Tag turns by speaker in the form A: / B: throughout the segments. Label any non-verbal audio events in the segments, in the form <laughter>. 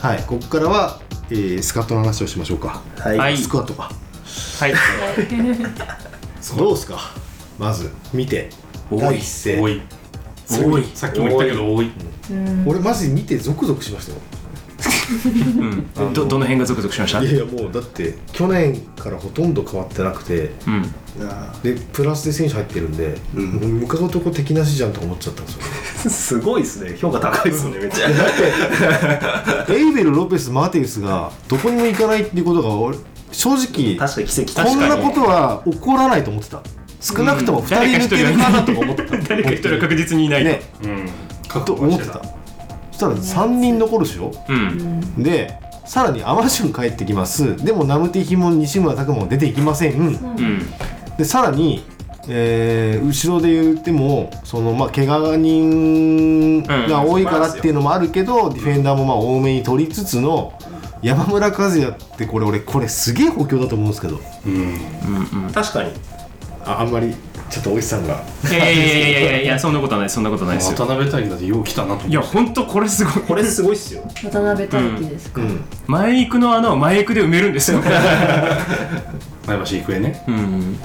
A: はい、ここからは、えースカットの話をしましょうか、
B: はい、
C: はい
A: スクワットか
C: はい
A: どうですかまず見て第一声
C: 多い多いさっきも言ったけど多い
D: うん
A: 俺マジ見てゾクゾクしましたよ
C: うん
A: あの
C: どどの辺がゾクゾクしました
A: いやいやもうだって去年からほとんど変わってなくて
C: うん
D: あ
A: でプラスで選手入ってるんで、
D: うん
A: もう向かうとこ敵なしじゃんとか思っちゃったんですよ <laughs>
B: ーすごいですね評価高いですねめっちゃ
A: エイベル・ロペス・マテウスがどこにも行かないっていうことが俺正直
B: 確かに奇跡
A: こんなことは起こらないと思ってた少なくとも2人抜けるかなとか思ってた
C: <laughs> 誰か一人は確実にいない
A: ね
C: うん
A: と思ってたそしたら3人残るでしょ
C: うん
A: でさらにアマシュン帰ってきますでもナムティヒも西村拓も出ていきません
C: うん
A: でさらに、えー後ろで言ってもその、まあ、怪我人が多いからっていうのもあるけど、ディフェンダーもまあ多めに取りつつの山村和也ってこれ俺これすげえ補強だと思うんですけど
B: 確かに
A: ああんまりちょっとおじさんが
C: いやいやいやいやいやいやそんなことはないそんなことないですよ
E: 渡辺大輝だってよう来たなと
C: いや本当これすごい
B: これすごいっすよ
D: 渡辺大輝ですか、
A: うん
C: 前行くの穴を前行くで埋めるんですよ
E: 前橋育英ね
C: うん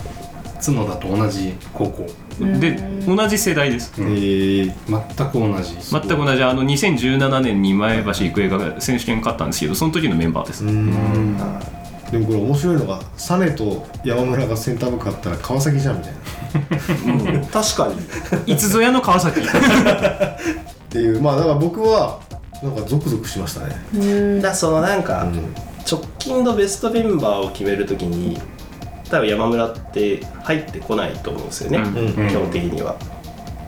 E: 角田と同じ高校
D: うん
C: で同じ世代です
A: えー
E: 全く同じ
C: 全く同じあの2017年に前橋育英が選手権勝ったんですけどその時のメンバーです、
A: うーんでもこれ面白いのがサネと山村がセンターバックだったら川崎じゃんみたいなっ
B: 確かに
C: いつぞやの川崎
A: ていうまあだから僕はなんかゾクゾクしましたね、
D: うん
B: だそのなんか、
A: うん
B: 直近のベストメンバーを決めるときに多分山村って入ってこないと思うんですよね、
C: うん
A: うん
B: 基本的には、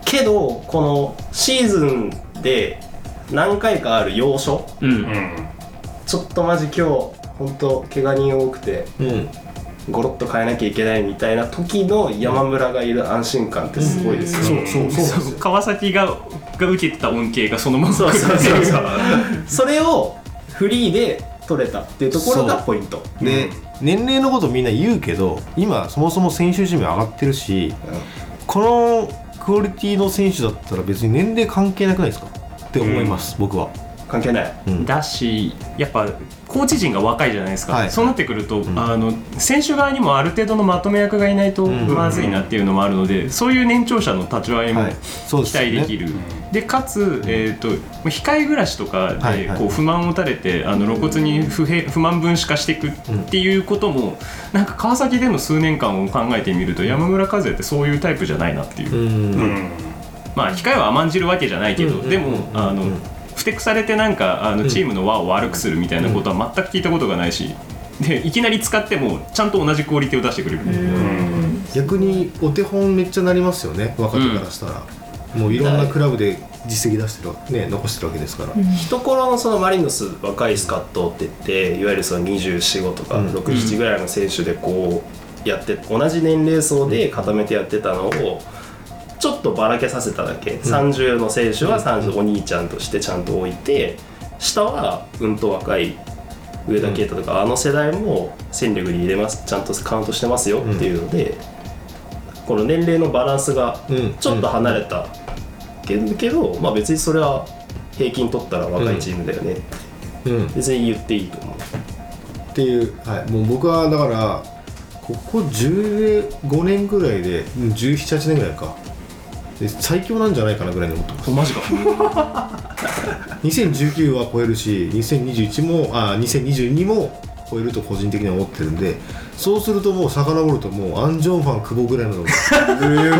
B: けどこのシーズンで何回かある要所
C: うん
E: うん
B: ちょっとマジ今日本当怪我人多くて
A: うん、
B: ゴロッと変えなきゃいけないみたいな時の山村がいる安心感ってすごいですよ、
A: そうそうそう
C: そう川崎がが受けてた恩恵がそのまま
B: そうそうそう
C: 来
B: そ
C: る
B: う <laughs> それをフリーで取れたっていうところがポイント
A: で、年齢のことみんな言うけど今そもそも選手寿命上がってるし、このクオリティの選手だったら別に年齢関係なくないですかって思います、僕は、
B: 関係ない
A: うん
C: だしやっぱコーチ陣が若いじゃないですか、
A: はい
C: そうなってくると、
A: ん
C: あの選手側にもある程度のまとめ役がいないと
A: ん
C: まずいなっていうのもあるので、そういう年長者の立ち合いも、
A: はいそう
C: 期待でき
A: る
C: る、でかつ、えー、と控え暮らしとかで、
A: はいはい
C: こう不満を垂れてあの露骨に不平不満分子化していくっていうことも、なんか川崎での数年間を考えてみると山村和也ってそういうタイプじゃないなっていう、
A: うん、
E: うん
C: まあ控えは甘んじるわけじゃないけど、
A: うん
C: で
A: うん
C: もあの、ふてくされてなんかあのチームの輪を悪くするみたいなことは全く聞いたことがないし。でいきなり使ってもちゃんと同じクオリティを出してくれる、
E: うん
A: 逆にお手本めっちゃなりますよね若手からしたら、もういろんなクラブで実績出してるわね残してるわけですから、
B: 懐のそのマリノス若いスカットって言っていわゆるその245とか
A: うん
B: 67ぐらいの選手でこうやって同じ年齢層で固めてやってたのをちょっとばらけさせただけ、30の選手は30お兄ちゃんとしてちゃんと置いて下はうんと若い上田啓太とか、あの世代も戦力に入れますちゃんとカウントしてますよっていうので、この年齢のバランスが
A: うん
B: ちょっと離れたけど,、けどまあ、別にそれは平均取ったら若いチームだよね、
A: うん、
B: 別に言っていいと思う
A: っていう、はい、もう僕はだからここ15年ぐらいで1718年ぐらいかで最強なんじゃないかなぐらいに思ってます
C: マジか
A: <laughs> 2019は超えるし2021もあ2022も超えると個人的には思ってるんでそうするともう遡るともうアン・ジョンファン久保ぐ <laughs> らいのとこ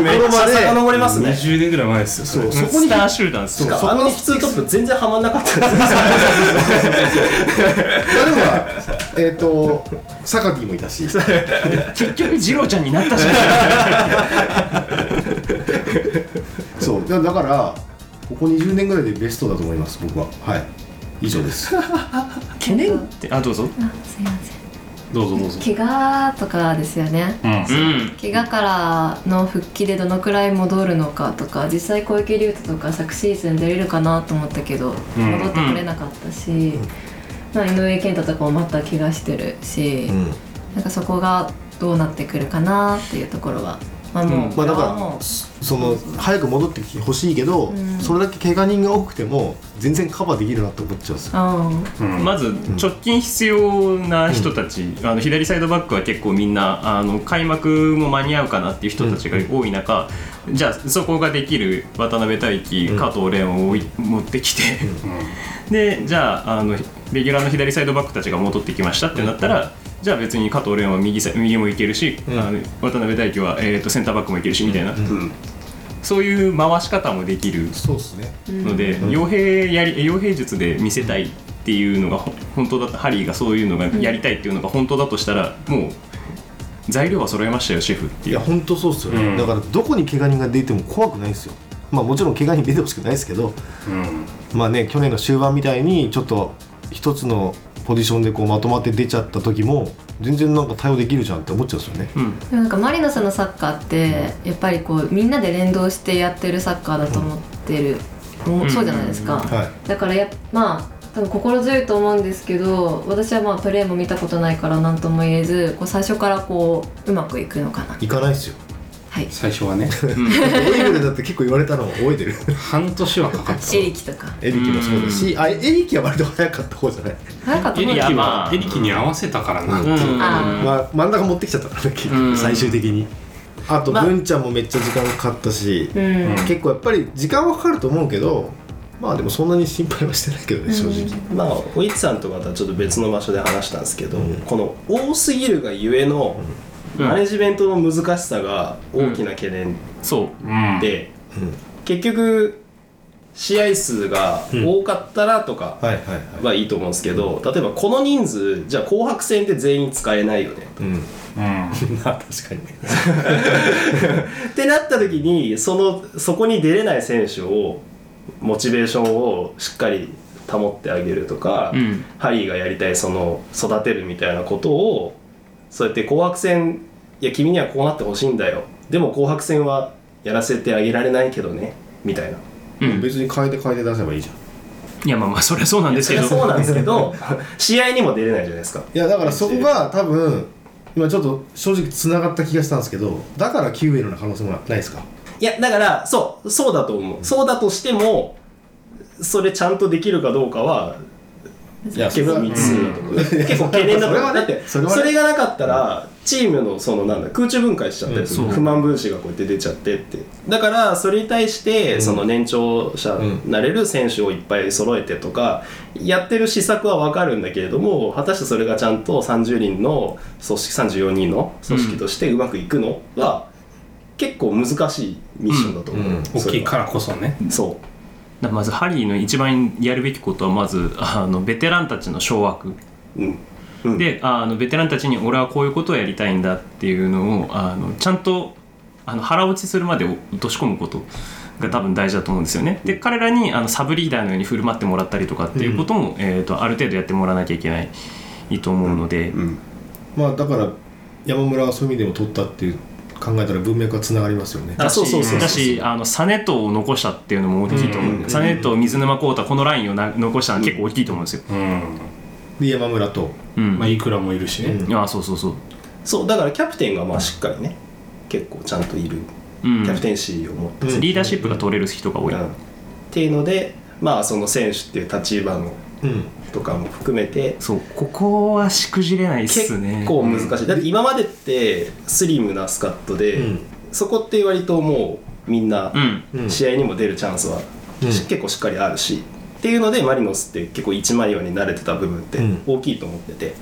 B: めっ
A: ろ
B: ち
A: ま
B: ゃ
A: で
B: 遡りますね
E: 20年ぐらい前ですよ
A: そう
E: れ
A: そこ
C: ス
A: に
C: ター集団です
B: し
C: よ
B: かもあの普通トップ全然はまんなかったです
A: 例えばえっ、と榊もいたし
C: 結局二郎ちゃんになったじゃん
A: そうだだからここ20年ぐらいでベストだと思います僕ははい以上です
C: 懸念 <laughs> ってあどうぞ
D: あすいません
E: どうぞどうぞ
D: 怪我とかですよね
E: うん
C: ん
D: 怪我からの復帰でどのくらい戻るのかとか実際小池龍太とか昨シーズン出れるかなと思ったけど
E: うん
D: 戻ってこれなかったし、まあ、井上健太とかもまた怪我してるし、
A: うん
D: なんかそこがどうなってくるかなっていうところはまあもう、
E: うん
A: まあだ
D: これはも
A: か
D: う
A: らそその早く戻ってきてほしいけど、
D: うん
A: それだけ怪我人が多くても全然カバーできるなって思っちゃうんですよ。
D: あ
E: うん
C: まず直近必要な人たち、あの左サイドバックは結構みんなあの開幕も間に合うかなっていう人たちが多い中、じゃあそこができる渡辺大輝、
A: うん
C: 加藤蓮を追い持ってきて、でじゃああのレギュラーの左サイドバックたちが戻ってきましたってなったら、じゃあ別に加藤蓮は右さ右もいけるし、
A: うん
C: あの渡辺大輝は、えー、とセンターバックもいけるしみたいな、
A: うん
B: うん
C: そういう回し方もできる
A: そうですね。
C: ので、傭兵やり傭兵術で見せたいっていうのがほ本当だったハリーがそういうのがやりたいっていうのが本当だとしたら、もう材料は揃えましたよシェフって
A: い
C: いう
A: や本当そうですよね、
E: うん
A: だからどこに怪我人が出ても怖くないですよ。まあもちろん怪我人出てほしくないですけど、
E: うん
A: まあね去年の終盤みたいにちょっと一つのポジションでこうまとまって出ちゃった時も全然なんか対応できるじゃんって思っちゃうんですよね。
C: うん
D: でもなんかマリノスのサッカーってやっぱりこうみんなで連動してやってるサッカーだと思ってる、もうそうじゃないですか、
A: はい。
D: だからやっまあ多分心強いと思うんですけど私はまあプレーも見たことないから何とも言えずこう最初からこううまくいくのかな
A: 行かないですよ。
D: はい
E: 最初はね
A: オイグルだって結構言われたの覚え <laughs> てる。
E: 半年はかかった
D: エリキとか
A: エリキもそうだし、あエリキは割と早かった方じゃない。
D: 早かった
E: エリ
D: も
E: キ
D: んね
C: いやま
E: は
C: あ
E: エリキに合わせたからな、
C: うん
D: あ
A: まあ、真ん中持ってきちゃったからね結局
E: うん
A: 最終的にあと
B: まあ
A: 文ちゃんもめっちゃ時間かかったし、
D: うん、
E: うん
A: 結構やっぱり時間はかかると思うけどまあでもそんなに心配はしてないけどね正直、
B: まあおいつさんとかとはちょっと別の場所で話したんですけど、
A: うん
B: この多すぎるがゆえの
C: うん
B: マネジメントの難しさが大きな懸念
C: そう
E: うん
B: で、結局試合数が多かったらとか
A: はいはいはい、
B: はいいと思うんですけど例えばこの人数じゃあ紅白戦って全員使えないよね
A: うん、
E: うん
A: まあ確かにね
B: ってなった時にそのそこに出れない選手をモチベーションをしっかり保ってあげるとか、
C: うん
B: ハリーがやりたいその育てるみたいなことをそうやって紅白戦いや君にはこうなってほしいんだよでも紅白戦はやらせてあげられないけどねみたいな
C: うん
A: 別に変えて変えて出せばいいじゃん
C: いやまあまあそりゃそうなんです
B: そ
C: け
B: り
C: ど
B: ゃそうなんですけ
C: <laughs>
B: ど試合にも出れないじゃないですか
A: いやだからそこが多分今ちょっと正直つながった気がしたんですけどだからキウエルの可能性もないですか
B: いやだからそうそうだと思うそうだとしてもそれちゃんとできるかどうかはい
A: や
B: 結構未知数だと思う結構懸念だと思
A: それ
B: うだ
A: はね
B: って
A: そ
B: そ
A: れはね
B: れがなかったらチームのそのなんだ空中分解しちゃったりする
C: うんそう
B: 不満分子がこうやって出ちゃってってだからそれに対してその年長者になれる選手をいっぱい揃えてとかやってる施策は分かるんだけれども果たしてそれがちゃんと30人の組織34人の組織としてうまくいくのは結構難しいミッションだと思う、
A: うんうん
E: 大
B: そ
E: き
B: れ
E: い
B: は
E: からこそね
B: そう
C: だからまずハリーの一番やるべきことはまずあのベテランたちの掌握
B: うんうん
C: であのベテランたちに俺はこういうことをやりたいんだっていうのをあのちゃんとあの腹落ちするまで落とし込むことが多分大事だと思うんですよね。で彼らにあのサブリーダーのように振る舞ってもらったりとかっていうことも、えー、とある程度やってもらわなきゃいけない。いいと思うので、
B: うん
A: まあだから山村はそういう意味でも取ったっていう考えたら文脈はつながりますよね
B: あそうそうそうそう
C: だしあのサネトを残したっていうのも大きいと思う、
B: うん
C: サネト水沼宏太このラインをな残したのは結構大きいと思うんですよ、
E: うん
A: で山村と
C: うん
E: まあいくらもいるしね、
A: うん
C: ああそうそうそう、
B: そうだからキャプテンがまあしっかりね結構ちゃんといる
C: うん
B: キャプテンシーを持って
A: うん
C: リーダーシップが取れる人が多い、
B: うんっていうのでまあその選手っていう立場の
A: うん
B: とかも含めて
C: そうここはしくじれないっすね
B: 結構難しい、だって今までってスリムなスカットで、
A: うん
B: そこって割ともうみんな
C: うん
A: うん
B: 試合にも出るチャンスは、
A: うん
B: し結構しっかりあるしっていうのでマリノスって結構一枚岩に慣れてた部分って
A: うん
B: 大きいと思ってて、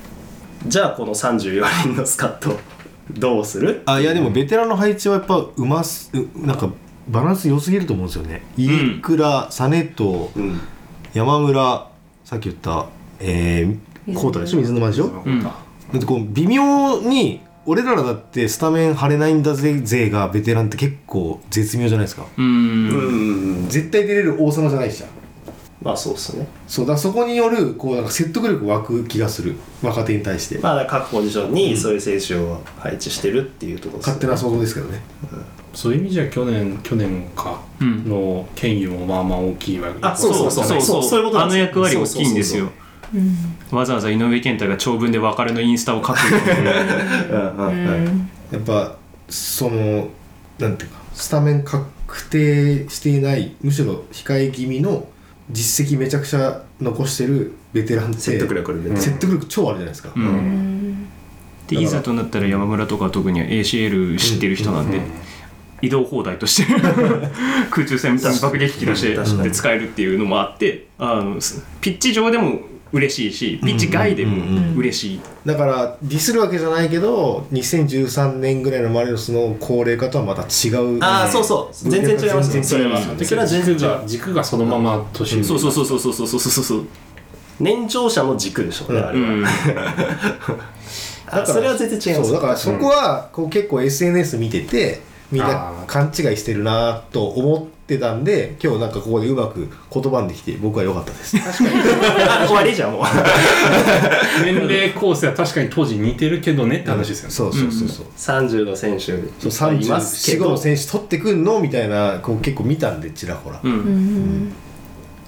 B: じゃあこの34人のスカット <laughs> どうする
A: あいやでもベテランの配置はやっぱうますうなんかバランス良すぎると思うんですよね飯倉、実サネと
B: うん
A: 山村さっき言ったえー、コータでしょ水沼でしょだ
C: うん
A: ってこう微妙に俺らだってスタメン張れないんだぜ勢がベテランって結構絶妙じゃないですか
C: うん
B: うんうんうん
A: 絶対出れる王様じゃないじゃん
B: まあそうっすね
A: そうだからそこによるこうなんか説得力湧く気がする若手に対して、
B: まあ各ポジションにそういう選手を配置してるっていうところですね
A: 勝手な想像ですけどね
E: そういう意味じゃ去年去年か
C: うん
E: の権威もまあまあ大きいわけ
B: あそうそうそうそうそういうことな
C: あ
B: んで
C: の
B: すよ
C: 役割大きいんですよ
B: そう
C: わざわざ井上健太が長文で別れのインスタを書くような
B: うんうん
D: うん
A: やっぱそのなんていうかスタメン確定していないむしろ控え気味の実績めちゃくちゃ残してるベテランって
B: 説得力あるね
A: 説得力超あるじゃないですか、
C: うん
D: うん
C: でいざとなったら山村とかは特に ACL 知ってる人なんで、移動放題として <laughs> 空中戦みたいに爆撃機として
B: 確かに
C: で使えるっていうのもあってあのすピッチ上でも嬉しいしピッチ外で
A: うんうん
D: う
C: も
D: ん
C: 嬉しい、
A: だからディスるわけじゃないけど2013年ぐらいのマリノスの高齢化とはまた違う
B: ああそうそう全然違いますねそれは
E: うん
B: それは全然
E: 軸
B: 違う
E: が軸がそのまま年上
C: そうそうそうそうそうそうそうそうそう
B: 年長者の軸でしょうねあ
C: う
B: れは
C: ん
B: あそれは全然違います
A: そうだからそこはこう結構 SNS 見ててみんな
E: あー
A: 勘違いしてるなと思ってたんで今日なんかここでうまく言葉にできて僕は良かったです
B: あ終わりじゃんもう
E: <laughs>
B: <laughs>
E: 年齢構成は確かに当時似てるけどねって話ですよね
A: そうそうそうそう
B: 30の選手
A: そう
B: いますけ
A: 34
B: ど
A: の選手取ってくんのみたいなこう結構見たんでちらほら、
C: う
A: い
D: うんん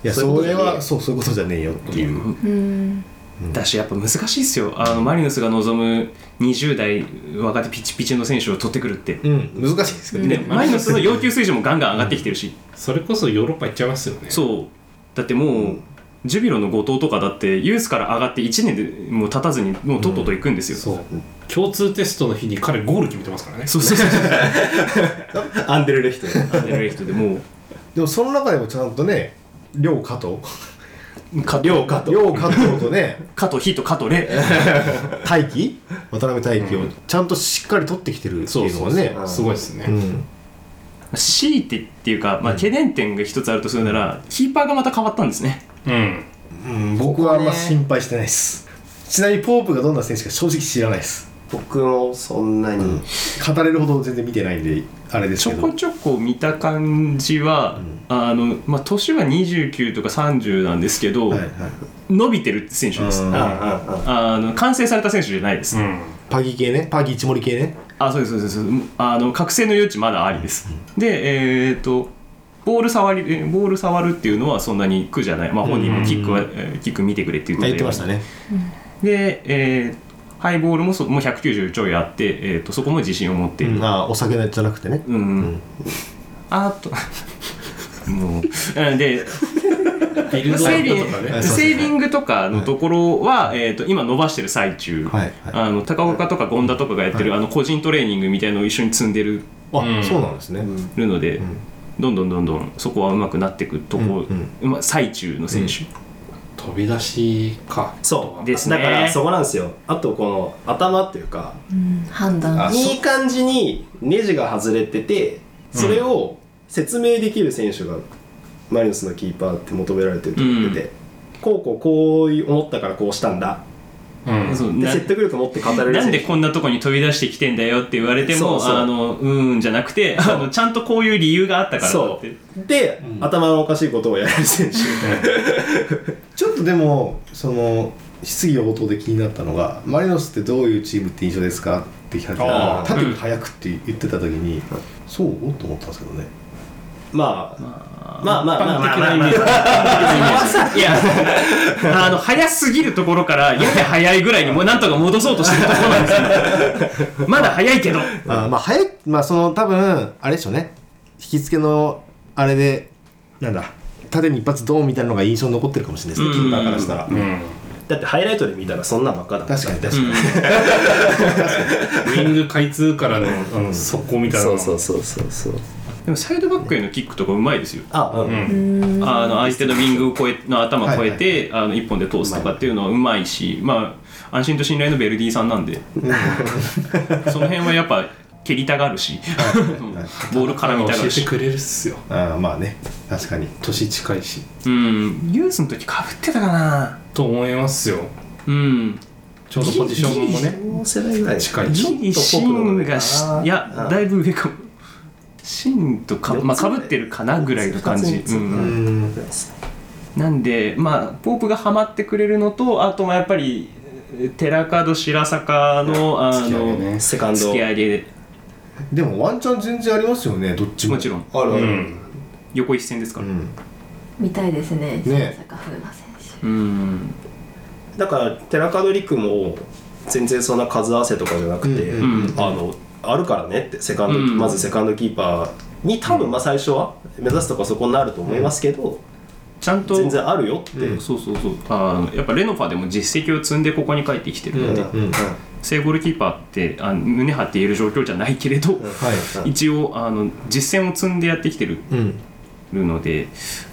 A: や
B: そういう
A: それはそ
B: ことじゃねえ
A: うそういうことじゃねえよっていう、
D: うん
C: だしやっぱ難しいっすよあのマリノスが望む20代若手ピチピチの選手を取ってくるって、
A: うん、難しいですけど
C: で
A: ね、
C: マリノスの要求水準もガンガン上がってきてるし、
E: それこそヨーロッパ行っちゃいますよね
C: そうだってもう、ジュビロの後藤とかだってユースから上がって1年でもう経たずにもうとっとと行くんですよ、
E: そう共通テストの日に彼ゴール決めてますからね
C: そうそうそうそう
B: アンデルレヒト
C: ア <laughs> ンデルレヒトでも
A: でもその中でもちゃんとね両加藤
C: う加
B: 両加藤
A: 両加藤とね <laughs>
C: 加藤ヒと加藤 <laughs> レ
A: 大輝渡辺大輝をちゃんとしっかり取ってきてるって
E: そう
A: いうの
E: そ
A: は
E: う
A: ね
E: そうすごいですね、
A: うん
C: 強いてっていうか、まあ、懸念点が一つあるとするなら、キーパーがまた変わったんですね
E: うん、
A: うん、僕はあんま心配してないですちなみにポープがどんな選手か正直知らないです
B: 僕もそんなに
A: 語れるほど全然見てないんであれです
C: ち
A: け
C: ょこ
A: ど
C: ちょこ見た感じは、あのまあ、年は29とか30なんですけど、
A: はいはい
C: 伸びてる選手です、
A: うん
B: うんうんうん
C: あの完成された選手じゃないです、
E: うん、
A: パギ系ねパギ一森系ね
C: あそうですそうですそうですあの覚醒の余地まだありです、でえっ、とボール触りえーボール触るっていうのはそんなに苦じゃない、まあ、本人もキックは、えーキック見てくれって言って
A: 言ってましたね
C: で、えーハイボールもそもう190ちょいあって、えー、とそこも自信を持っている、
A: まあお酒じゃなくてね
C: うん、あと <laughs> もううん <laughs> で
E: ビルドア
C: セー
E: ッ
C: ビ
E: プとか
C: ン
E: ね
A: あ
C: グ
A: そう
C: セービングとかのところは、えー、と今伸ばしてる最中、
A: はいはい
C: あの高岡とか権田とかがやってる、あの個人トレーニングみたいのを一緒に積んでる
A: あ、
E: うん
A: そうなんですね、
C: るので、どんどんどんどんそこはうまくなっていくとこ、
A: うん
C: まあ最中の選手、
E: 飛び出しか
B: そう
C: ですね
B: だからそこなんですよあとこの頭っていうか
D: うん判断
B: いい感じにネジが外れててそれを説明できる選手がマリノスのキーパーって求められてると思ってて、こうこうこう思ったからこうしたんだ
E: うん
C: そう
B: で
C: な
B: 説得力持って語れる
C: なん
B: 選
C: で
B: 手
C: こんなとこに飛び出してきてんだよって言われても
B: そうそう
C: あのうーんじゃなくてあのちゃんとこういう理由があったからだっ
B: そ
C: て
B: うで、頭のおかしいことをやる選手
A: ちょっとでもその質疑応答で気になったのがマリノスってどういうチームって印象ですかって聞かれた
E: あ
A: ら
E: ー
A: 縦に速くって言ってた時に、そうと思ったんですけどね
B: まあまあまあまあまあまあ
E: 一般的なイメージ
B: まあ
C: いやあの早すぎるところからやや早いぐらいにもうなんとか戻そうとしてるところなんですよまだ早いけど
A: あーまあ早いまあその多分あれでしょうね引き付けのあれでなんだ縦に一発ドーンみたいなのが印象に残ってるかもしれないですね
C: う
A: キ
C: ん
A: ーパーからしたら
E: うん、
B: だってハイライトで見たらそんなばっかだもん
A: 確かに確かに、
E: ウイング開通からのあの速攻みたいな
B: そ
E: の
B: うそうそうそうそう
C: でもサイドバックへのキックとかうまいですよ
B: あうん、
E: うん
C: あの相手のウィングを越えの頭を越えて、あの一本で通すとかっていうのはうまいし、まあ、安心と信頼のベルディさんなんでその辺はやっぱ蹴りたがるしボール絡みたがる
E: 教えて
C: し、
E: くれるっすよ
A: あーまあね確かに
E: 年近いし
C: うん、ユースの時かぶってたかな
E: と思いますよ
C: うん
E: ちょうどポジションもね
B: もう世代ぐらい
E: 近い
B: ちょっ
C: ギ
B: と
C: リシンがしいやだい
B: い
C: ぶ上かもシンとかぶ、まあ、かぶってるかなぐらいの感じ、う、
A: うんん
C: なんでまあポープがハマってくれるのとあとはやっぱり寺門白坂のあ
E: 突き上
C: の、
E: げね
B: セカンド
C: 付き合いで
A: でもワンチャン全然ありますよねどっちも
C: もちろん
B: ある
E: う
B: ある、
E: ん
C: 横一線ですか
A: う
C: ら
A: ん
D: みたいですね
A: ね
D: 坂風磨選手
C: うん
B: だから寺門陸も全然そんな数合わせとかじゃなくて、
A: うん
C: うん
B: あのあるからねってセカンド、
C: うん
B: まずセカンドキーパーに多分まあ最初は目指すとこそこになると思いますけど、
C: ちゃんと
B: 全然あるよって、
A: うん
C: そうそうそうあのやっぱレノファでも実績を積んでここに帰ってきてるので、
A: うん
C: 正ゴールキーパーってあの胸張って言える状況じゃないけれど、
A: は
C: 一応あの実践を積んでやってきてる
A: うん
C: ので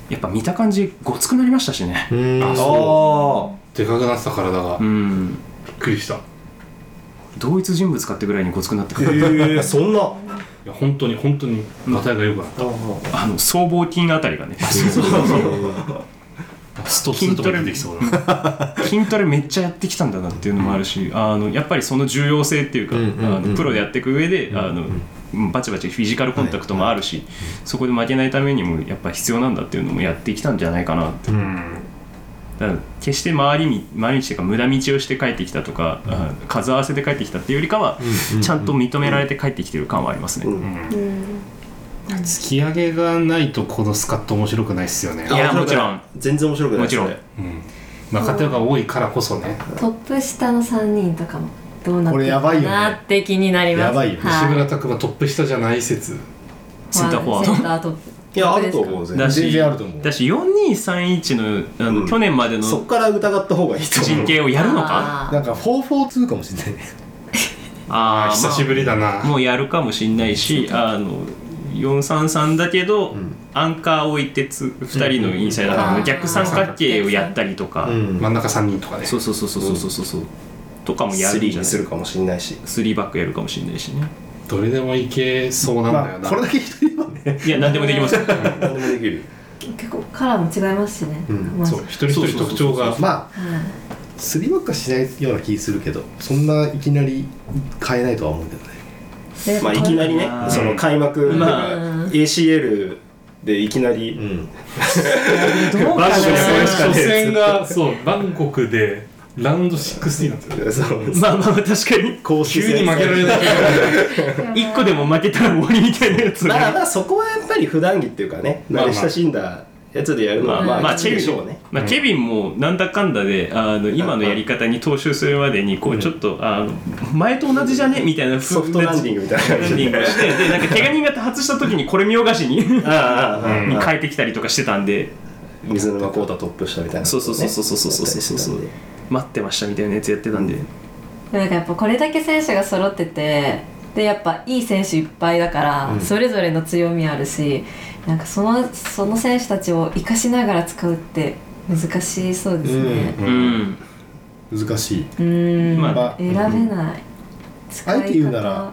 C: やっぱ見た感じごつくなりましたしね
A: うーん
B: あ
A: <laughs>
E: でかくなってた体が
C: う
E: びっ
C: ん
E: くりしたい
C: 同一人物かってぐらいにごつくなってく
B: あ
C: る、
B: へえそんな
E: や本当に本当にガタイが良くなった
C: あの僧帽筋あたりがね
E: ストストと出てきそうだな
C: 筋トレめっちゃやってきたんだなっていうのもあるし、あのやっぱりその重要性っていうか、
A: うんうんうん
C: あのプロでやっていく上で、あのバチバチフィジカルコンタクトもあるし、そこで負けないためにもやっぱ必要なんだっていうのもやってきたんじゃないかなって
E: うん
C: だから決して回りみ回り道というか無駄道をして帰ってきたとか、あ数合わせで帰ってきたっていうよりかは、ちゃんと認められて帰ってきてる感はありますね、
B: うん
D: うん
E: 突き上げがないとこのスカット面白くないっすよね
C: いやもちろん
B: 全然面白くないですね
C: もち
E: うん若手が多いからこそね
D: トップ下の3人とかもどうなっ
A: こ
D: て
A: れ
D: る
A: やば
D: か
A: いよね
D: なって気になります
A: やばいよ
D: は
E: 志村拓がトップ下じゃない説
C: センターフォワード
D: センタートップ
B: いやあると思う
D: です
B: 全
C: だ
B: 然
C: し
A: 全然あると思う
C: だし4231のあの、
B: うん
C: 去年までの
B: そっから疑った方がいいと思
C: 陣
B: う
C: 形をやるのか
D: あ
A: なんか442かもしれないね
C: あー
E: 久しぶりだな
C: もうやるかもしんないしあの433だけど、
A: ん
C: アンカーを置いてつ2人のインサイダーハーフの逆三角形をやったりとか、
A: うん
E: 真ん中3人とかね
C: そうそうそうそうそうそうそうとかもやる
B: ス
C: んじ
B: リ
C: ゃない
B: ーにするかもしれないし
C: スリーバックやるかもしんないしね
E: どれでもいけそうなんだよ
A: まあ
E: な、
A: これだけ人いればね
C: いや何でもできますよ
B: 何でもできる
D: ー結構カラーも違いますしね、
A: うん
D: まず
E: そう一人一人特徴が
A: まあ
D: はい
A: スリーバックはしないような気するけどそんないきなり変えないとは思うけどね
D: で
B: まあいきなりね
C: あー
B: その開幕
C: ま
D: あ
B: ACL でいきなり
A: ん
C: どう
B: バ
C: か
B: ッシュでそれしかね
E: 初
B: え
E: 戦がそうバンコクでラウンド16なんですよ
B: やつそう
C: まあまあまあ確かに
A: 公式
E: 急に負けられない
C: 1個でも負けたら終わりみたいなやつね
B: まあまあそこはやっぱり普段着っていうかね
E: ま
B: 慣
E: あまあ
B: れ親しんだやつでやるの
C: まあ
B: は
C: まあ、
B: まあきつ
C: チェ
B: い
C: ビ
B: で
C: ン
B: しょうね
C: まあ、ケビンもなんだかんだであの今のやり方に踏襲するまでにこうちょっとあの前と同じじゃねみたいな
B: ソフトランディングみたい
C: ラ
B: な
C: ン
B: 感
C: デ
B: じ
C: ィングをしてでなんか怪我人が多発した時にこれ見よがしに <laughs> に
B: ああああああ
C: 変えてきたりとかしてたんで
B: 水沼孝太トップしたみたいな
C: そうそうそうそうそうそうそうそうそう
B: やったりして
C: 待ってましたみたいなやつやってたんで、
D: でもなんかやっぱこれだけ選手が揃っててでやっぱいい選手いっぱいだから、それぞれの強みあるしなんかそのその選手たちを生かしながら使うって難しそうですね
C: うん
A: 難しい
D: うんーん、
C: ま
A: あ
D: 選べない、使い
A: あえて言うな
D: 方
A: ら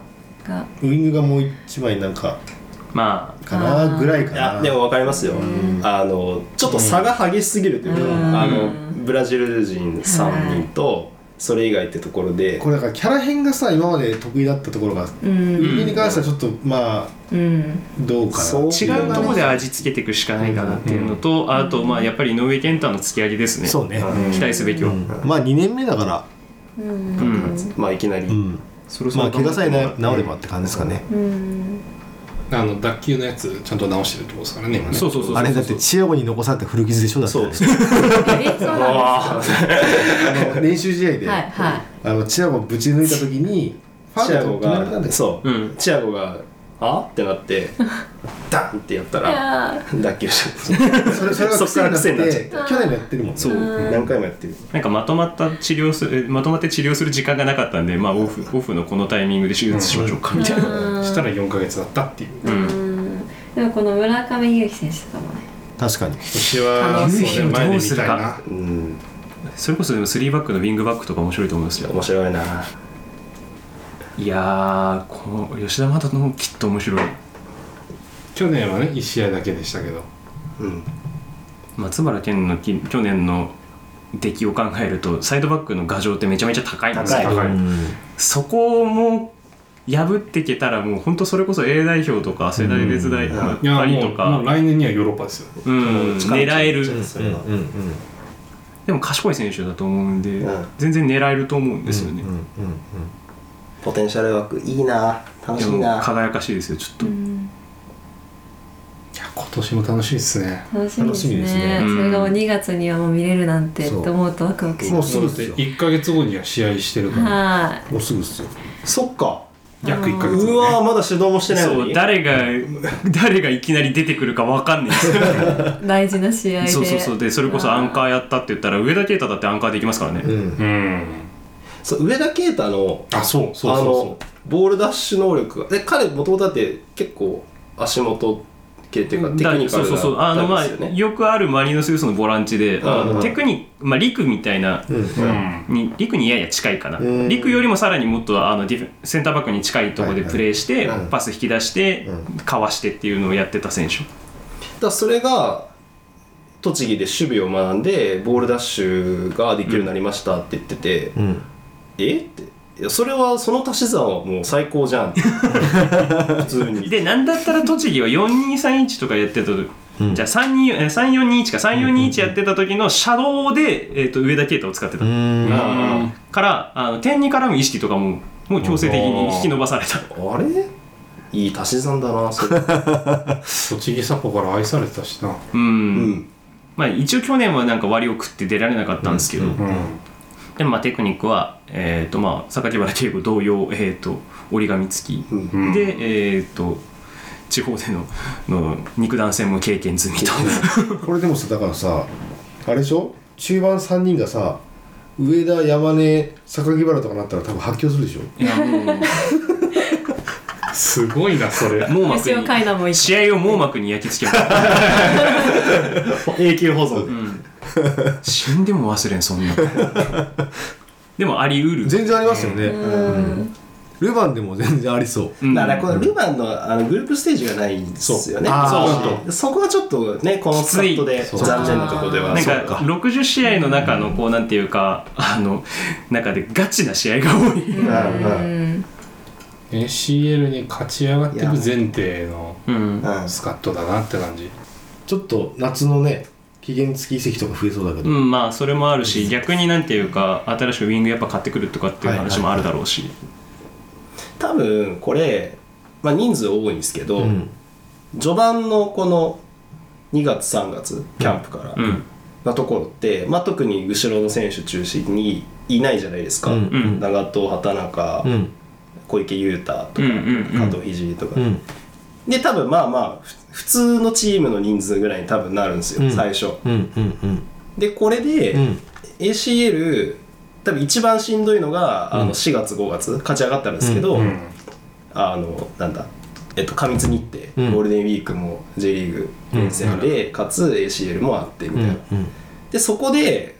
D: が
A: ウイングがもう一枚なんか
C: まあ
A: かなぐらいか
B: い
A: な
B: やでも分かりますよあのちょっと差が激しすぎるというか、
D: うん
B: あのブラジル人3人とそれ以外ってところで
A: これだからキャラ編がさ今まで得意だったところが、
D: う
A: ウイン
D: ん
A: グに関してはちょっとまあ
D: うん
A: どうかな
B: そう
C: 違うところで味付けていくしかないかなっていうのと、あとまあやっぱり井上健太の突き上げですね
A: そうね、
B: うん
C: 期待すべきは、
A: うんまあ2年目だから、
D: うん
C: うん
B: まあいきなり、
A: うん、
C: そろそ
A: ま
C: ろ
A: あ怪我さえな治れば
C: う
A: っ
C: ん
A: て感じですかね、
D: うん
E: あの脱臼のやつちゃんと直してるってことですからね今ね
C: そうそうそうそう
A: あれだって千代子に残された古傷でしょだって、
B: そう
A: ね、
D: えそうなんですか
A: あの練習試合で、
D: はいはい
A: あの千代子ぶち抜いた時にファ
B: チアゴ
A: ウルが止められたんだ
B: が
A: よ
B: そう、
C: うん
B: チアゴが「あっ?」て
C: <laughs>
B: なってダンってやった
D: い
B: ら
D: や
B: 脱臼しちゃっ
A: それそれが
B: そっから
A: 癖になっ
B: 癖
A: て
B: に
A: 去年もやってるもん
B: た
A: ね
B: そう何回もやってる
C: なんかまとまった治療するまとまって治療する時間がなかったんで、まあ、オフオフのこのタイミングで手術しましょうかみたいな、
E: そしたら4ヶ月だったっていう
D: ー
C: うん
D: うんでもこの村上勇輝選手とかもね
A: 確かに
E: 今年は
D: 楽
E: そう
D: しい
E: ね前で見たいな
B: うん
C: それこそでも3バックのウィングバックとか面白いと思いますよ
B: 面白いない
C: やーこの吉田正人もきっと面白い
E: 去年はね1試合だけでしたけど
B: うん
C: 松原健のき去年の出来を考えるとサイドバックの牙城ってめちゃめちゃ高いんですけど
E: 高い
C: そこも破っていけたらもう本当それこそ A 代表とか世代別代、まあ
E: いや
C: パリ
E: も
C: と
E: うも
C: か
E: う来年にはヨーロッパですよ
C: うん狙える
B: そういうの
A: うんうん
C: でも賢い選手だと思うんで、
B: うん
C: 全然狙えると思うんですよね、
A: うんうんうん
B: ポテンシャル枠いいな楽
C: で
B: しい
C: も
B: な
C: 輝かしいですよちょっと、
E: いや今年も楽しいですね
D: 楽しみですね
C: 楽しみですね
D: それがもう2月にはもう見れるなんて
A: そう
D: と思うとワクワクし
A: もう
D: ます
E: そう
A: ぐ
E: う
A: っす
E: で
A: よ
E: 1ヶ月後には試合してるから
D: は
A: もうすぐっすよ
B: そっか
E: 約1ヶ月、ね、
B: うわーまだ指導もしてないの
C: そう
B: に
C: 誰が誰がいきなり出てくるかわかんないです
D: 大事な試合で
C: そうそうそうでそれこそアンカーやったって言ったら上田啓太だってアンカーできますからね、
A: うん
E: うん
B: そう上田啓太の
E: あそうそう
B: あ
E: そう
B: の
E: そ
B: ボールダッシュ能力がで彼もともとだって結構足元系っていうかテ
C: だ
B: クニカ
C: そう
B: ル
C: そう
B: な
C: そうあのま
B: タ
C: あ
B: イプですよね
C: よくあるマリノスユースのボランチで、あの
B: うん
C: テクニまあ陸みたいな、
A: うん
E: う、うん
C: に陸にやや近いかな、
A: うん
C: 陸よりもさらにもっとあのディフェセンターバックに近いところでプレーして、
A: はいうん
C: パス引き出して、
A: うん
C: かわしてっていうのをやってた選手
B: だからそれが栃木で守備を学んでボールダッシュができるようになりましたって言ってて、
A: うん、
B: えっていやそれはその足し算はもう最高じ <laughs> ゃん普通に
C: でなんだったら栃木は4231とかやってた時、
A: うん
C: じゃあ3-2えー3421か3421やってた時のシャドウで、えー、と上田啓太を使ってた、
A: うん
E: うん
C: からあの点に絡む意識とかももう強制的に引き伸ばされた
B: あれいい足し算だなそれ、
E: 栃木サポから愛されてたしな
C: うん、
B: うん、
C: まあ一応去年はなんか割を食って出られなかったんですけど、
A: うん
E: うん
C: でもまあテクニックは、えーとまあ、榊原圭吾同様、えー、と折り紙付き、
B: うん
E: うん
C: で、えー、と地方でのの肉弾戦も経験済みと
A: これでもさだからさあれでしょ中盤3人がさ上田山根榊原とかなったら多分発狂するでしょ
C: いやもう
E: すごいなそれ
C: 網
D: 吉尾海
C: 膜
D: 奈もい
C: に
D: て
C: 試合を網膜に焼き付けました、
B: 永久保存で、
C: うん、死んでも忘れんそんな <laughs> でもあり得る
A: 全然ありますよね、
D: うん
A: ルヴァンでも全然ありそう
C: うん
B: だからこのルヴァンのあのグループステージがないんですよね
A: そうあー
B: そうそこはちょっとねこのスカットで
E: きつい
B: 残念なところでは
C: なん
B: そう
C: か60試合の中のこうなんていうかあの中でガチな試合が多い、
D: うん、
E: ACL に勝ち上がっていく前提の
C: うん
B: うん
E: スカッとだなって感じ
A: ちょっと夏のね期限付き移籍とか増えそうだけど、
C: うん、まあそれもあるし逆になんていうか新しくウィングやっぱ買ってくるとかっていう話もあるだろうし、
B: 多分これ、まあ、人数多いんですけど、
A: うん
B: 序盤のこの2月3月キャンプから
C: うん
B: のところって、まあ、特に後ろの選手中心にいないじゃないですか、
A: うん
C: うん
B: 長友畑中、
A: うん
B: 小池雄太とか、
C: うんうんうん
B: 加藤肘とか、
A: うん
B: で多分まあまあふ普通のチームの人数ぐらいに多分なるんですよ、
A: うん
B: 最初
A: うんうんうん
B: でこれで、
A: うん
B: ACL 多分一番しんどいのが、あ
A: うん
B: の4月5月勝ち上がったんですけど、
E: うん
B: あのなんだえっと過密日程、
A: うん
B: ゴールデンウィークも J リーグ連戦で、かつ ACL もあってみ
A: う
B: たいな、
A: んうん
B: でそこで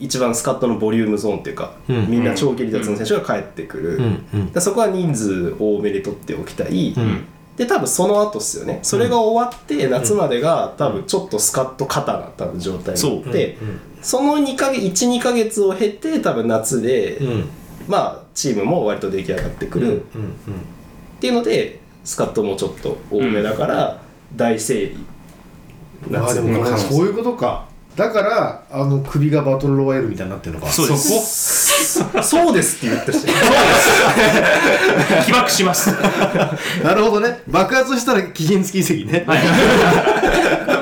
B: 一番スカットのボリュームゾーンっていうか、
A: うん
B: みんな長距離脱の選手が帰ってくる、
A: うんうん
B: でそこは人数多めで取っておきたい、
A: うん
B: で多分その後っすよねそれが終わって夏までが多分ちょっとスカッと肩な多分状態になってその2か月12か月を経て多分夏で、
A: うんうん
B: まあチームも割と出来上がってくる、っ
A: うん
B: ていうのでスカッともちょっと多めだから、大整理
A: うんああでもこれそういうことかだからあの首がバトルロワイヤルみたいになってるのか
C: そうです
B: こそうですって言ってるし
C: 起爆します
A: なるほどね爆発したら期限付き移籍ね、 <laughs>
B: お前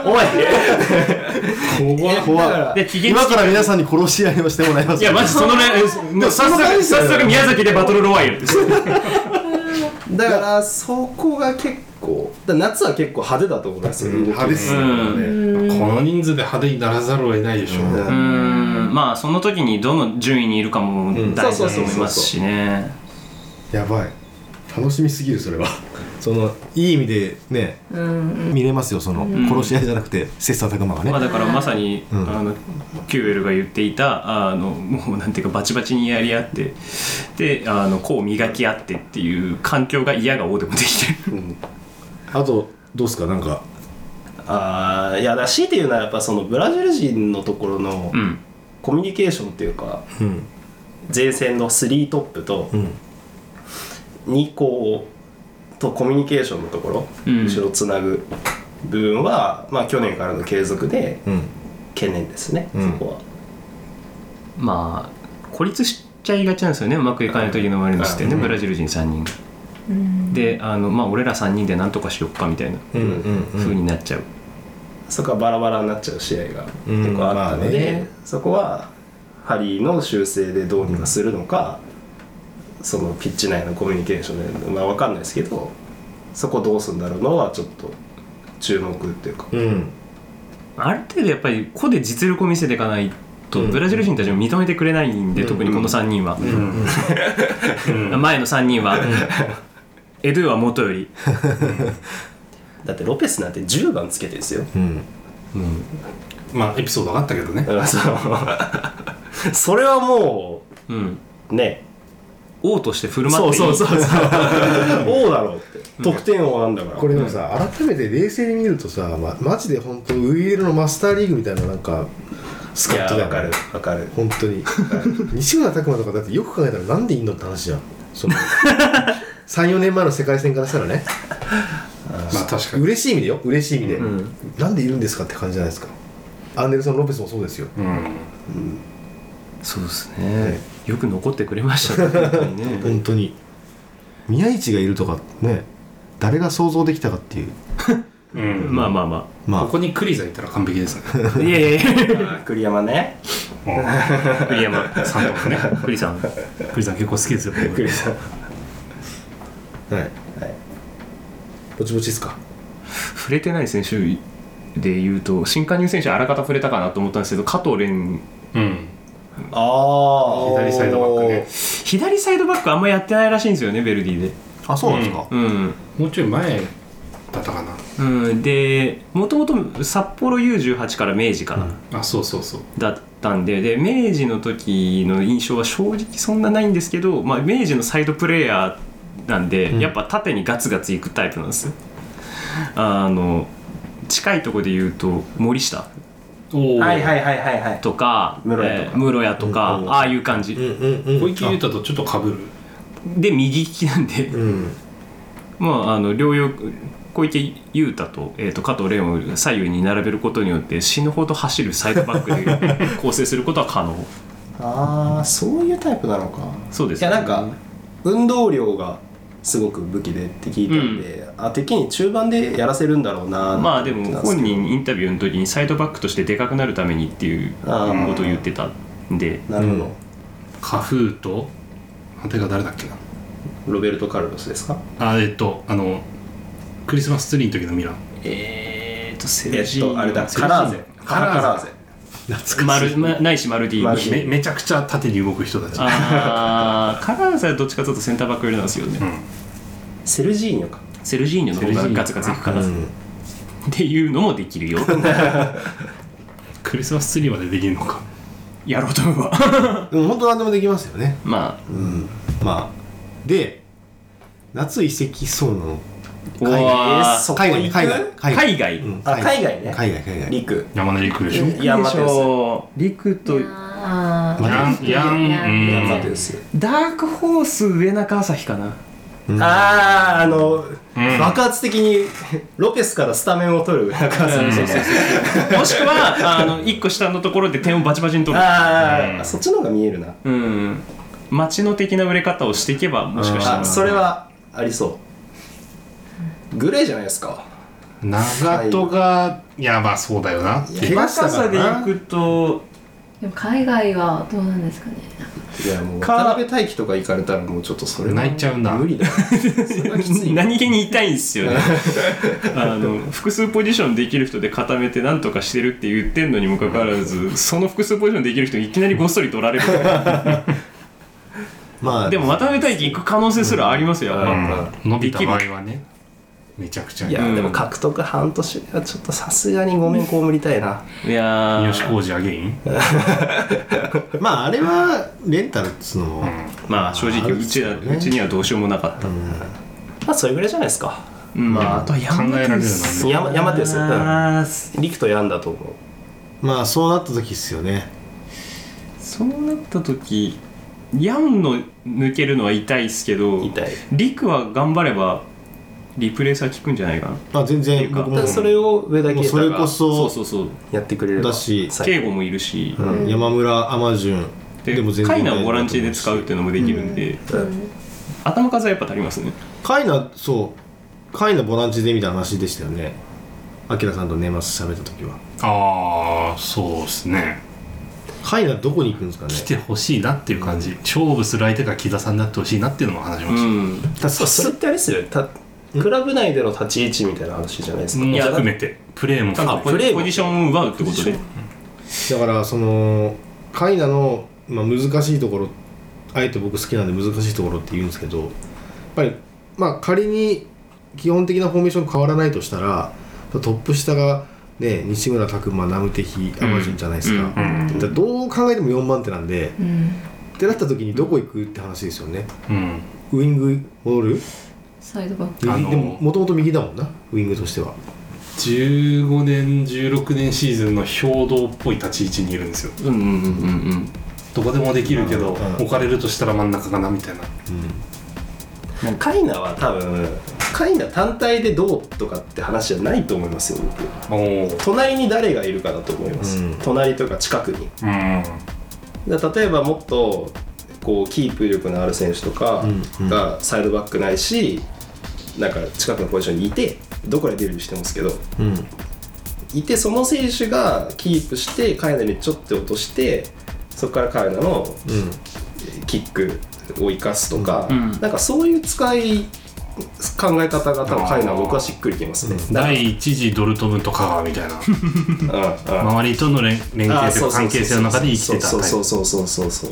A: 怖い
B: だから
A: 怖
C: で
A: い
C: 期限
A: 今
C: 付き
A: から皆さんに殺し合いをしてもらいます
C: いやマジそのねもう早
A: そんな感
C: 速
A: じですよ
C: 早速宮崎でバトルロワイヤルです
B: だからそこが結構だから夏は結構派手だと思うんですよ、
A: うん
B: 動き
A: 派手っすね
C: うん
E: この人数で派手にならざるを得ないでしょ
A: うん
B: う
C: うんんまあその時にどの順位にいるかも大事だと思いますしね
A: やばい楽しみすぎるそれはそのいい意味でね
D: うん
A: 見れますよその、
C: ん
A: 殺し合いじゃなくて切磋琢磨がね、
C: まあ、だからまさに、
A: うん
C: あのキューエルが言っていたあのもうなんていうかバチバチにやり合ってであのこう磨き合ってっていう環境が嫌がおうでもできてる
A: あとどうっすかなんか
B: あーいやだしいて言うならやっぱそのブラジル人のところの
C: うん
B: コミュニケーションっていうか
A: うん
B: 前線の3トップと
A: うん
B: 2個とコミュニケーションのところ、
C: うん
B: 後ろつなぐ部分は、まあ、去年からの継続で
A: うん
B: 懸念ですね、
A: うん
B: そこは。
C: まあ孤立しちゃいがちなんですよねうまくいかない時のマリノスってね
A: うん
C: ブラジル人3人
D: うん
C: であのまあ俺ら3人でなんとかしよっかみたいな
A: うんうん
C: 風になっちゃう、
B: そこはバラバラになっちゃう試合が
A: うん
B: 結構あったので、
A: まあね
B: そこはハリーの修正でどうにかするのか、そのピッチ内のコミュニケーションでまあ分かんないですけどそこどうするんだろうのはちょっと注目っていうか
A: うん
C: ある程度やっぱり個で実力を見せていかないと
A: うん
C: ブラジル人たちも認めてくれないんで、
A: うん
C: 特にこの3人は、
E: うんうん
C: 前の3
A: <laughs>
C: 人は、エドゥは元より、
B: だってロペスなんて10番つけてるんですよ <laughs>
A: うん
E: まあエピソードがあったけどね
B: だからそのそれはも
C: うん、
B: うね
C: 王として振る
B: そ
C: 舞
B: う
C: っていい
B: そうそうそう王だろうって得点王なんだから
A: これでもさ、改めて冷静に見るとさ、ま、マジで本当ウイエルのマスターリーグみたいななんかスカ
B: い
A: ッ
B: や
A: とだ
B: 分
A: よ
B: かる分かる
A: 本当に西村拓磨とかだってよく考えたらなんでいんのって話じゃんその <laughs> 34年前の世界戦からしたらね
E: まあ確かに
A: 嬉しい意味でよ嬉しい意味で、
C: ん
A: なんでいるんですかって感じじゃないですかアンデルソン・ロペスもそうですよ
E: うん
C: そうですねよく残ってくれましたね本当にね
A: 本当に宮市がいるとかね誰が想像できたかっていう
E: うん
C: まあまあま
A: まあ
E: ここにクリザいたら完璧ですね
A: <laughs>
C: あいやいやいや
B: あー栗山ね
C: 栗山さんね栗さん栗さん結構好きですよ僕
B: 栗さん
A: はい、ぼちぼちですか
C: 触れてない選手でいうと新加入選手あらかた触れたかなと思ったんですけど加藤蓮
E: うん
B: ああ
E: 左サイドバックね
C: 左サイドバックあんまやってないらしいんですよねベルディで
A: あそうなんですか、
C: うん
E: もうちょい前だったかな
C: うん、でもともと札幌 U18 から明治かな、
E: あそうそうそう
C: だったんでで明治の時の印象は正直そんなないんですけど、まあ、明治のサイドプレーヤーなんで、
A: うん
C: やっぱ縦にガツガツいくタイプなんですよあの近いとこで言うと森下
E: おお
B: はいはいいはいはいはい
C: とか
B: 室谷とか
C: えー室谷とか、
A: うん
C: ああいう感じ、
A: んうんう
E: 小池優太とちょっとかぶる
C: で右利きなんで、 <laughs>
A: うん
C: まあ、あの両用小池優太と,、えー、と加藤蓮を左右に並べることによって死ぬほど走るサイドバックで構成することは可能
B: ああそういうタイプなのか
C: そうです
B: いやなんか運動量がすごく武器でって聞いたんで、あ敵に中盤でやらせるんだろうな
C: まあでも本
B: に
C: 人インタビューの時にサイドバックとしてでかくなるためにっていう
B: あー
C: ことを言ってたんで
B: なるほど、
E: カフーと反対が誰だっけな
B: ロベルト・カルロスですか
E: あえっとあのクリスマスツリーの時のミラン
C: えっとセ
B: えっとあれだカラーゼカラカラーゼ
C: マルまないしマルディ
B: マルディ
C: ーニ
E: めめちゃくちゃ縦に動く人たち
C: あーカラーゼはどっちかというとセンターバック寄りなんですよね、
E: うん
B: セルジーニョか
C: セルジーニョの方がガツガツいくから、っていうのもできる
B: <laughs>
C: よ
E: クリスマスツリーまでできるのか
C: やろうと思えば
A: でも本当何でもできますよね
C: ま
A: まあで夏移籍しそうなの
C: あ
A: 海
C: うわ
B: え
C: ー
B: そこ
A: 海外
B: 行
A: ね
B: く
A: 海外
C: 海外
A: うん
B: あ海外ね
A: 海外海外
B: 陸
E: 山根陸でしょ
B: いや待てよ
C: 陸と
D: あ
A: ま
E: ヤンヤン
B: ヤ
E: う
B: ン
E: ん
B: マテウス
C: ダークホース上中朝日かな
A: うん
B: あああの、
E: ん
B: 爆発的に <laughs> ロペスからスタメンを取る中川さんですね
C: もしくはあの一個下のところで点をバチバチに取る
B: あ
E: う
B: あ
E: ん
B: そっちの方が見えるな
C: うん街の的な売れ方をしていけばもしかした
B: あ
C: ら
B: それはありそうグレーじゃないですか
E: 長門がやばそうだよなって
A: 怪我したからな
C: くと
D: ーでも海外はどうなんですかね
B: いやもう
C: か
B: 渡辺大輝とか行かれたらもうちょっとそれは
E: 泣いちゃうな
B: 無理だよそれはきつ <laughs> い
C: 何気に痛いんです
B: <laughs>
C: よねあの複数ポジションできる人で固めて何とかしてるって言ってんのにもかかわらずその複数ポジションできる人にいきなりごっそり取
B: <laughs>
C: られる
A: まあ
C: でも渡辺大輝行く可能性すらありますよやっぱ、
E: うん伸びた場合はねめちゃくちゃ
B: いや、
C: うん
B: でも獲得半年はちょっとさすがにごめんこむりたいない
C: やー
E: 三好浩二アゲイン
A: まああれはレンタルっつうのも、
C: まあ正直うち,、うちにはどうしようもなかった、
B: まあそれぐらいじゃないですか
C: うん
A: まあ
C: あとは
E: 考
C: 山
E: えられるのはね
B: 山山手ですよ、うん、
C: す
B: 陸とやんだと思う
A: まあそうなった時っすよね
C: そうなった時ヤンの抜けるのは痛いですけど
B: 痛い
C: リクは頑張ればリプレーサー効くんじゃないかな
A: まあ全
C: ってい
A: 然
C: うか
A: 僕
B: た
A: も
B: だそれを上田
A: もう
B: 圭
A: そ
B: 太
A: れこ
B: が
A: そ
C: そうそう
B: やってくれれば
A: だし
B: 最
C: 敬吾もいるし、
A: うん山村アマジュン
C: でカイナをボランチで使うっていうのもできるんで、
B: 高
C: 頭数はやっぱ足りますね
A: カイナそうカイナボランチでみたいな話でしたよねアキラさんとネマス喋った時は
E: ああそうっすね
A: カイナどこに行くんですかね
E: 来てほしいなっていう感じ、勝負する相手が木田さんになってほしいなっていうのも話しま
C: う
E: し
C: ん
A: だ
B: そうそれってあれですよねたクラブ内での立ち位置みたいな話じゃないです
E: た、
B: か、
E: も
C: いや
E: 含めてプレーも
C: なん
E: 含
C: か
E: め
C: ポ
B: プレー
C: ジ
B: も
C: ポジションを奪うってことで
A: だからそのカイナの、まあ、難しいところあえて僕好きなんで難しいところって言うんですけどやっぱりまあ仮に基本的なフォーメーション変わらないとしたらトップ下が、ね、西村拓磨ナムテヒアマジンじゃないですか,、
E: てうん
A: だからどう考えても4番手なんで
D: うん
A: ってなった時にどこ行くって話ですよね
E: うん
A: ウイング戻る
D: サイドバック
A: 右
E: あのー
A: でももともと右だもんなウイングとしては
E: 15年16年シーズンの兵道っぽい立ち位置にいるんですよ
C: うんうんうんうんうん
E: どこでもできるけど、
A: うん
E: 置かれるとしたら真ん中かなみたいな
B: カイナは多分カイナ単体でどうとかって話じゃないと思いますよ僕
E: おお
B: 隣に誰がいるかだと思います、
A: うん
B: 隣というか近くに
E: うん
B: だから例えばもっとこうキープ力のある選手とか
A: うんうん
B: がサイドバックないし、なんか近くのポジションにいてどこでデビューしてますけど
A: うん
B: いてその選手がキープしてカイナにちょっと落としてそこからカイナの
A: うん
B: キックを生かすとか、
C: うん
B: なんかそういう使い考え方が多分カイナは僕はしっくりきますね。
E: 第一次ドルトムント香川み <laughs> たいな
B: うんうん
E: 周りとの連連
B: あー
E: 携とい
B: そうう
E: か
B: そうそう
E: 関係性の中で生きてた
B: そう
E: タイ
B: そ
E: プ
B: うそうそうそうそう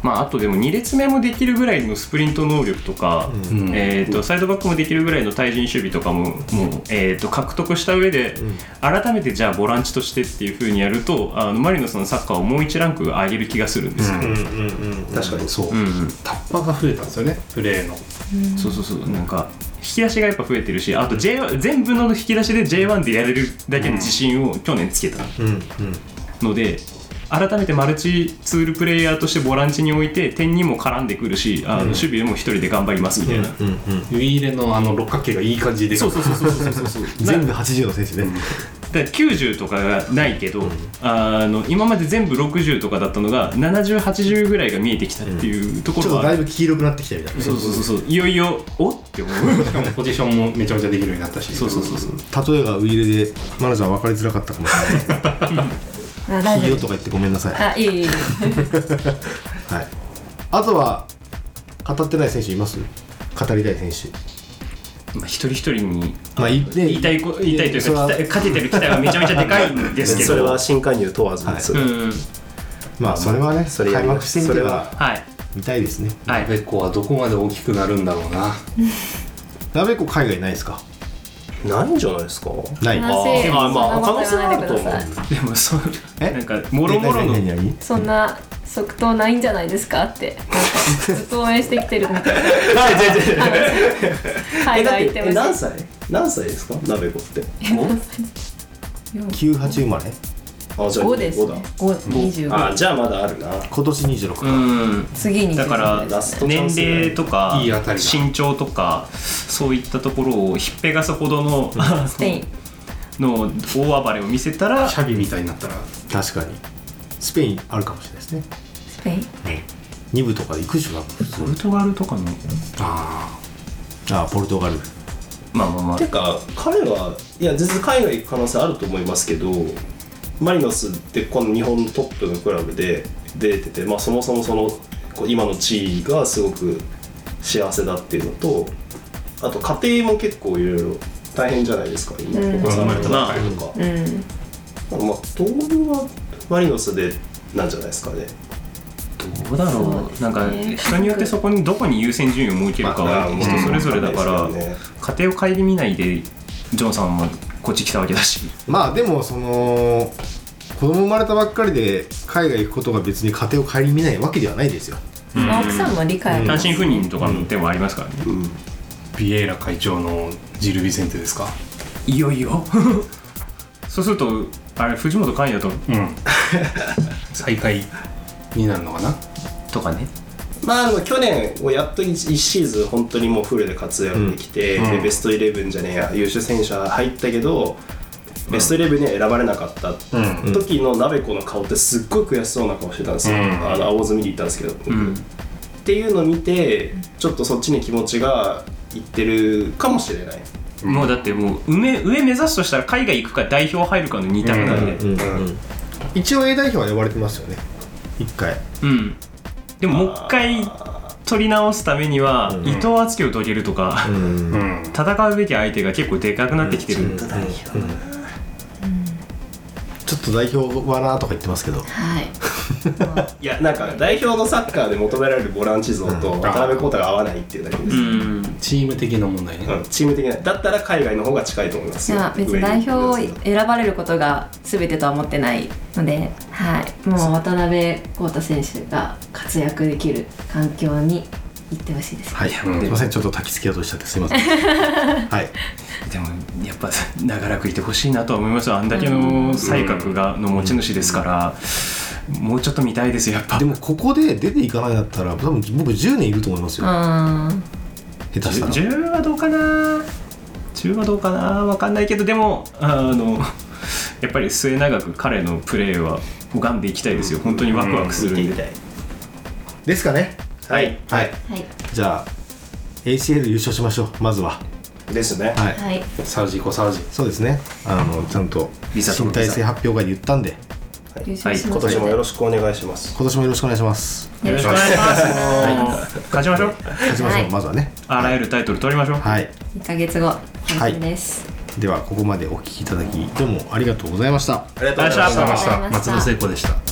C: まああとでも2列目もできるぐらいのスプリント能力とか、
A: うん
E: うん
C: えー、とサイドバックもできるぐらいの対人守備とかももう、えー、と獲得した上で、改めてじゃあボランチとしてっていうふうにやるとあのマリノスのサッカーをもう一ランク上げる気がするんですよ、
E: う
A: うん
E: ん
A: うんうん
B: 確かに
E: そう、
C: うんうん
E: タッパーが増えたんですよねプレーの
C: そうそうそうなんか引き出しがやっぱ増えてるしあと J1 全部の引き出しで J1 でやれるだけの自信を去年つけた
A: うんうん
C: ので、改めてマルチツールプレイヤーとしてボランチに置いて点にも絡んでくるしあの守備でも一人で頑張りますみたいな、
A: うんうん
E: ウィーレのあの六角形がいい感じで
C: そうそうそうそうそうそうそう
A: <laughs> 全部80の選手ね、
C: だから90とかがないけど、あの今まで全部60とかだったのが7080ぐらいが見えてきたっていうとこ
A: ちょっ
C: ろ
A: とだ
C: は、
A: いぶ黄色くなってきたみたいなね
C: そうそうそうそういよいよおって思う
E: しかもポジションもめちゃめちゃできるようになったし
C: そうそうそうそう
A: 例えがウイレでマナちゃん分かりづらかったかもしれな
D: あ大
A: い黄色
D: 丈夫
A: とか言ってごめんなさい、はい、
D: あいいいいいい
A: あとは語ってない選手います語りたい選手
C: <laughs> まあ一人一人に、
A: まあいね
C: 言いたいこ言いたいという
A: それ
C: か
A: は
C: 期待勝ててる期待はめちゃめちゃでかいんですけど
B: それは新加入問わずです、
C: うん
A: まあそれはね
B: それや
A: 開
B: りま
A: 幕
B: す
A: してみて
B: それ
A: は
B: は
C: はい
A: 見たいですね
C: は
E: はいい、ベッコはどこまで大きくなるんだろうな
A: なべこ海外ないですか
B: ないんじゃないですか
A: ない
D: 話
B: あーあーまあ
D: そんなこと言
B: 可能性はあると思う
D: わないでください
C: でもそう
A: え
C: なんかもろもろの
A: 何々
D: そんな即答ないんじゃないですかってなんかずっと応援してきてるみたいな
B: え
D: 海
B: だっ
D: 外行ってて
B: え
D: ほ
B: 何
D: しい
B: 歳何歳ですか鍋子って
A: 98生まれ
B: あじゃあ
D: 5です
B: だ
D: ね5 25
B: あじゃあまだあるな
A: 今年26か、
C: うん
D: 次に
C: だから
B: ラストチャンスだね
C: 年齢とか
E: いい当たりだ
C: 身長とかそういったところをひっぺがすほどの
D: スペイン
C: の大暴れを見せたら
E: シャビみたいになったら
A: 確かにスペインあるかもしれないですね
D: スペイン
A: 2部とかで行くでしょ多分普通
C: ポルトガルとかの
E: あ
A: ああポルトガル
C: まあまあまあ
B: てか彼はいや全然海外行く可能性あると思いますけどマリノスってこの日本トップのクラブで出てて、まあ、そもそもそのこう今の地位がすごく幸せだっていうのとあと家庭も結構いろいろ大変じゃないですか今
D: うん
B: お子さんがいたばっかりとか、
D: うん
B: まあ当分はマリノスでなんじゃないですかね
C: どうだろう
D: そうです
C: な
D: ね
C: んか人によってそこにどこに優先順位を設けるか
B: ま
C: は
B: あまあ
C: 人それぞれだから、
B: うん
C: 家庭を顧みないでジョンさんもこっち来たわけだし
A: まあでもその子供生まれたばっかりで海外行くことが別に家庭を顧みないわけではないですよ
D: まあ奥さんも理解あり
C: 単
D: ます
C: 身赴任とかの手もありますからね、
B: うん
E: あビエイラ会長のジルビセンテですか
C: いよいよそうするとあれ藤本寛也と
E: うん再開になるのかな
C: とかね
B: まあ、あの去年をやっと 1, シーズン本当にもうフルで活躍できて、
E: うん
B: で
E: うん
B: ベストイレブンじゃねえや優秀選手は入ったけど、ベストイレブンには選ばれなかった
E: うん
B: 時の鍋子の顔ってすっごい悔しそうな顔してたんですよ、
E: うん
B: あの青ズ見に行ったんですけど、僕
C: うん
B: っていうのを見てちょっとそっちに気持ちがいってるかもしれない
C: もうだってもう上上目指すとしたら海外行くか代表入るかの2択なんで、
A: うん
B: うん
A: 一応 A 代表は呼ばれてますよね一回
C: うんでももう一回取り直すためには、
A: うん
C: 伊藤敦樹を取り入れるとか、
A: うん
E: うん
C: 戦うべき相手が結構でかくなってきてる、
B: ちょっと代表
A: うんちょっと代表はなとか言ってますけど
D: はい
B: いやなんか代表のサッカーで求められるボランチ像と渡辺康太が合わないっていうだけです、
C: うん
E: チーム的な問題ね、
B: うんチーム的なだったら海外の方が近いと思います
D: じ
B: よ
D: ゃあ別に代表を選ばれることが全てとは思ってないので、はい、もう渡辺浩太選手が活躍できる環境に行ってほしいです。
A: はい、
E: うん
A: すいませんちょっと焚き付けようとしちゃってすいませんはい
C: でもやっぱ長らくいてほしいなとは思いますよあんだけの才覚がの持ち主ですから、もうちょっと見たいですよやっぱ
A: でもここで出ていかないんだったら多分僕10年いると思います
D: う
A: よ
D: ーん
A: 下手したら
C: 10はどうかな10はどうかなわかんないけどでもあのやっぱり末永く彼のプレーは拝んでいきたいですよ本当にワクワクす
B: 見
C: る
B: て
C: ん
B: み
C: で、
B: たい
A: ですかね
B: はい
A: はい
D: はい、
A: じゃあ ACL 優勝しましょうまずは
B: ですね
A: はい
D: はい、
E: サウジ行こうサウジ
A: そうですねあのちゃんと
C: ビザと
A: 身
C: のビザ
A: 体性発表会で言ったんで
D: 優勝しま
B: 今
D: す
B: 年
D: の
B: もよ
D: で、よ
B: ろしくお願いします
A: 今年もよろしくお願いします
D: ろしくお願いしま
C: 勝ちましょう
A: 勝ちましょう、
D: はい
A: まずはね
C: あらゆるタイトル取りましょう、
A: はい
D: す。一ヶ月後楽しみです。
A: ではここまでお聞きいただきどうもありがとうございました
B: ありが
C: とうございました
D: ありがとうございました
E: 松田聖子でした